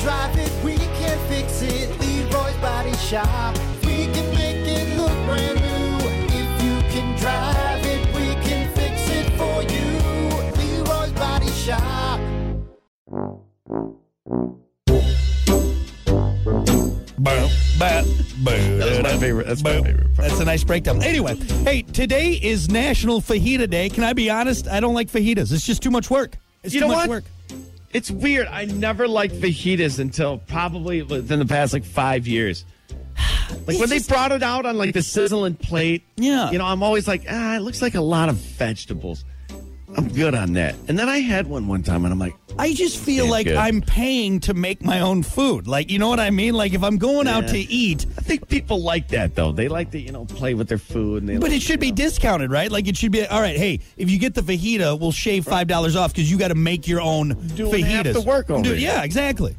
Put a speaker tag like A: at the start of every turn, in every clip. A: drive it, we can fix it. Leroy's Body Shop. We can make it look brand new. If you can drive it, we can fix it for you. Leroy's Body Shop.
B: Boom, ba, boo.
C: That's my favorite- that's my
B: Boom.
C: favorite part.
B: That's a nice breakdown. Anyway, hey, today is National Fajita Day. Can I be honest? I don't like fajitas. It's just too much work. It's
C: You
B: too
C: know what?
B: much work.
C: It's weird. I never liked fajitas until probably within the past like five years. Like when
B: just-
C: they brought it out on like the sizzling plate.
B: Yeah.
C: You know, I'm always like, ah, it looks like a lot of vegetables. I'm good on that. And then I had one one time, and I'm like,
B: I just feel
C: It's
B: like
C: good.
B: I'm paying to make my own food. Like, you know what I mean? Like, if I'm going out
C: Yeah.
B: to eat,
C: I think people like that though. They like to you know play with their food. And they
B: but
C: like,
B: it should be
C: you know.
B: discounted, right? Like, it should be all right. Hey, if you get the fajita, we'll shave five dollars off because you got to make your own
C: Doing
B: fajitas.
C: half the work over
B: Dude,
C: here.
B: yeah, exactly.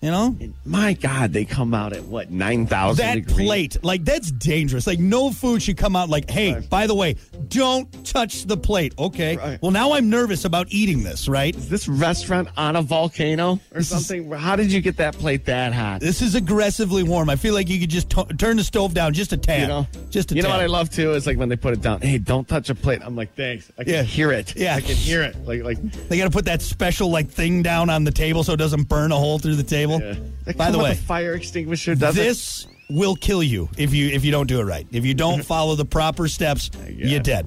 B: You know
C: My God, they come out at what nine thousand.
B: that plate, like that's dangerous. Like, no food should come out. Like, hey, by the way, don't touch the plate. Okay.
C: Right.
B: Well, now I'm nervous about eating this. Right.
C: This restaurant on a volcano or
B: This is-
C: something. How did you get that plate that hot?
B: This is aggressively warm. I feel like you could just t- turn the stove down just a tad.
C: You know,
B: just a
C: you know
B: tad.
C: what I love too is like when they put it down. Hey, don't touch a plate. I'm like, thanks. I can
B: Yeah.
C: hear it.
B: Yeah.
C: I can hear it. Like, like.
B: They got to put that special like thing down on the table so it doesn't burn a hole through the table.
C: yeah. Like,
B: By
C: come
B: the
C: with
B: way,
C: a fire extinguisher does
B: this will kill you if you if you don't do it right. If you don't follow the proper steps, you're dead.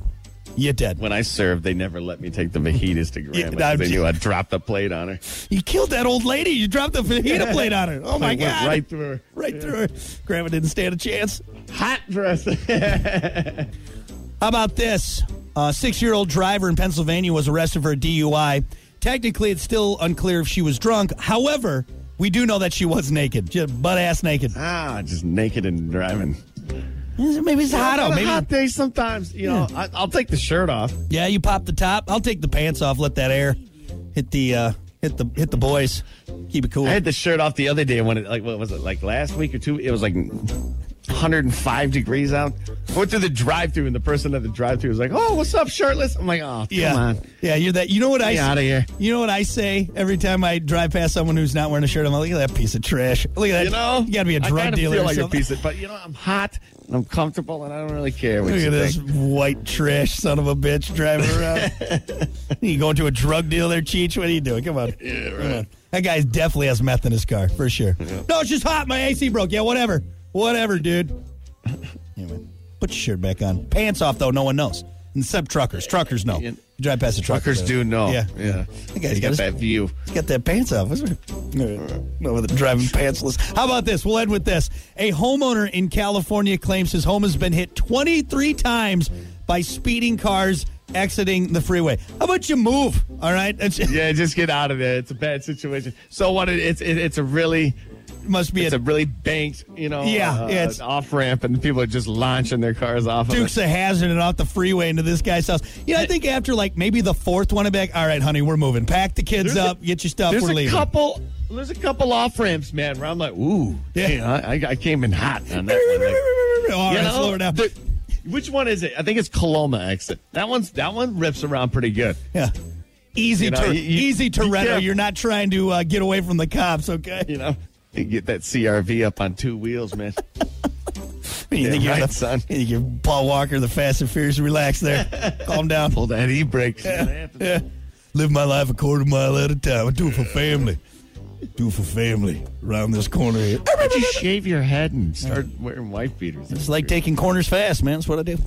B: You're dead.
C: When I served, they never let me take the fajitas to
B: Yeah,
C: grandma. 'cause
B: I'm
C: they
B: j-
C: knew I'd drop the plate on her.
B: You killed that old lady. You dropped the fajita plate on her. Oh my
C: It went
B: god!
C: right through her.
B: Right through her. Grandma didn't stand a chance.
C: Hot dress.
B: How about this? A six year old driver in Pennsylvania was arrested for a DUI. Technically, it's still unclear if she was drunk. However, we do know that she was naked, just butt ass naked.
C: ah, just naked and driving.
B: Maybe it's hot
C: On
B: out.
C: a
B: Maybe
C: hot day sometimes. You know, I, I'll take the shirt off.
B: Yeah, you pop the top. I'll take the pants off. Let that air hit the uh, hit the hit the boys. Keep it cool.
C: I had the shirt off the other day when it like what was it like last week or two? It was like 105 degrees out. I went through the drive-through and the person at the drive-through was like, "Oh, what's up, shirtless?" I'm like, "Oh, come
B: yeah,
C: on,
B: yeah. You're that. You know what I?
C: Get
B: s-
C: outta here.
B: You know what I say every time I drive past someone who's not wearing a shirt. I'm like, look at that piece of trash. Look at that.
C: you know,
B: you got to be a
C: I
B: drug
C: kinda
B: dealer.
C: Feel
B: or
C: like a
B: something.
C: piece of, but you know, I'm hot and I'm comfortable and I don't really care what
B: Look
C: you
B: at this
C: think.
B: white trash son of a bitch driving around. you going to a drug dealer, Cheech? What are you doing? Come on. Yeah, right. That guy definitely has meth in his car, for sure. No, it's just hot. My AC broke. Yeah, whatever. Whatever, dude. Anyway, put your shirt back on. Pants off, though. No one knows. Except truckers. Truckers know. You drive past the trucker.
C: Fuckers do know.
B: Yeah.
C: yeah.
B: That guy's
C: They
B: got
C: got
B: his-
C: that view.
B: He's got that pants off. What's with- No, with the driving pantsless. How about this? We'll end with this. A homeowner in California claims his home has been hit 23 times by speeding cars exiting the freeway. How about you move? All right, That's- it
C: Yeah, just get out of there. It's a bad situation. So what? It, it's it, it's a really
B: must be
C: it's a
B: a
C: really banked, you know,
B: Yeah,
C: uh,
B: yeah, it's-
C: off ramp, and people are just launching their cars off. of it.
B: Dukes of Hazard and off the freeway into this guy's house. You know, I think after like maybe the fourth one, I'm back. All right, honey, we're moving. Pack the kids
C: There's a-
B: up. get your stuff.
C: There's
B: we're
C: a
B: leaving.
C: couple. There's a couple off ramps, man. Where I'm like, ooh,
B: Yeah.
C: yeah, I, I came in hot on that one. Like,
B: All
C: you
B: right,
C: know,
B: slow her down.
C: the- which one is it? I think it's Coloma exit. That one's that one rips around pretty good.
B: Yeah. Easy,
C: You know,
B: ter-
C: you- you-
B: easy
C: be
B: Toretto.
C: careful.
B: You're not trying to uh, get away from the cops, okay?
C: You know, you get that CRV up on two wheels, man.
B: You
C: Yeah,
B: think you're
C: right,
B: the,
C: son.
B: You think you're Paul Walker, the Fast and Furious. Relax there. Calm down.
C: Pull that e brake. Yeah.
B: Yeah. Live my life a quarter mile at a time. I do it for family. Do it for family. Around this corner here.
C: Why don't you shave your head and start wearing wife beaters?
B: It's like taking corners fast, man. That's what I do.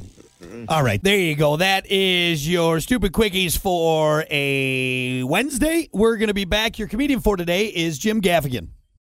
B: All right, there you go. That is your stupid quickies for a Wednesday. We're going to be back. Your comedian for today is Jim Gaffigan.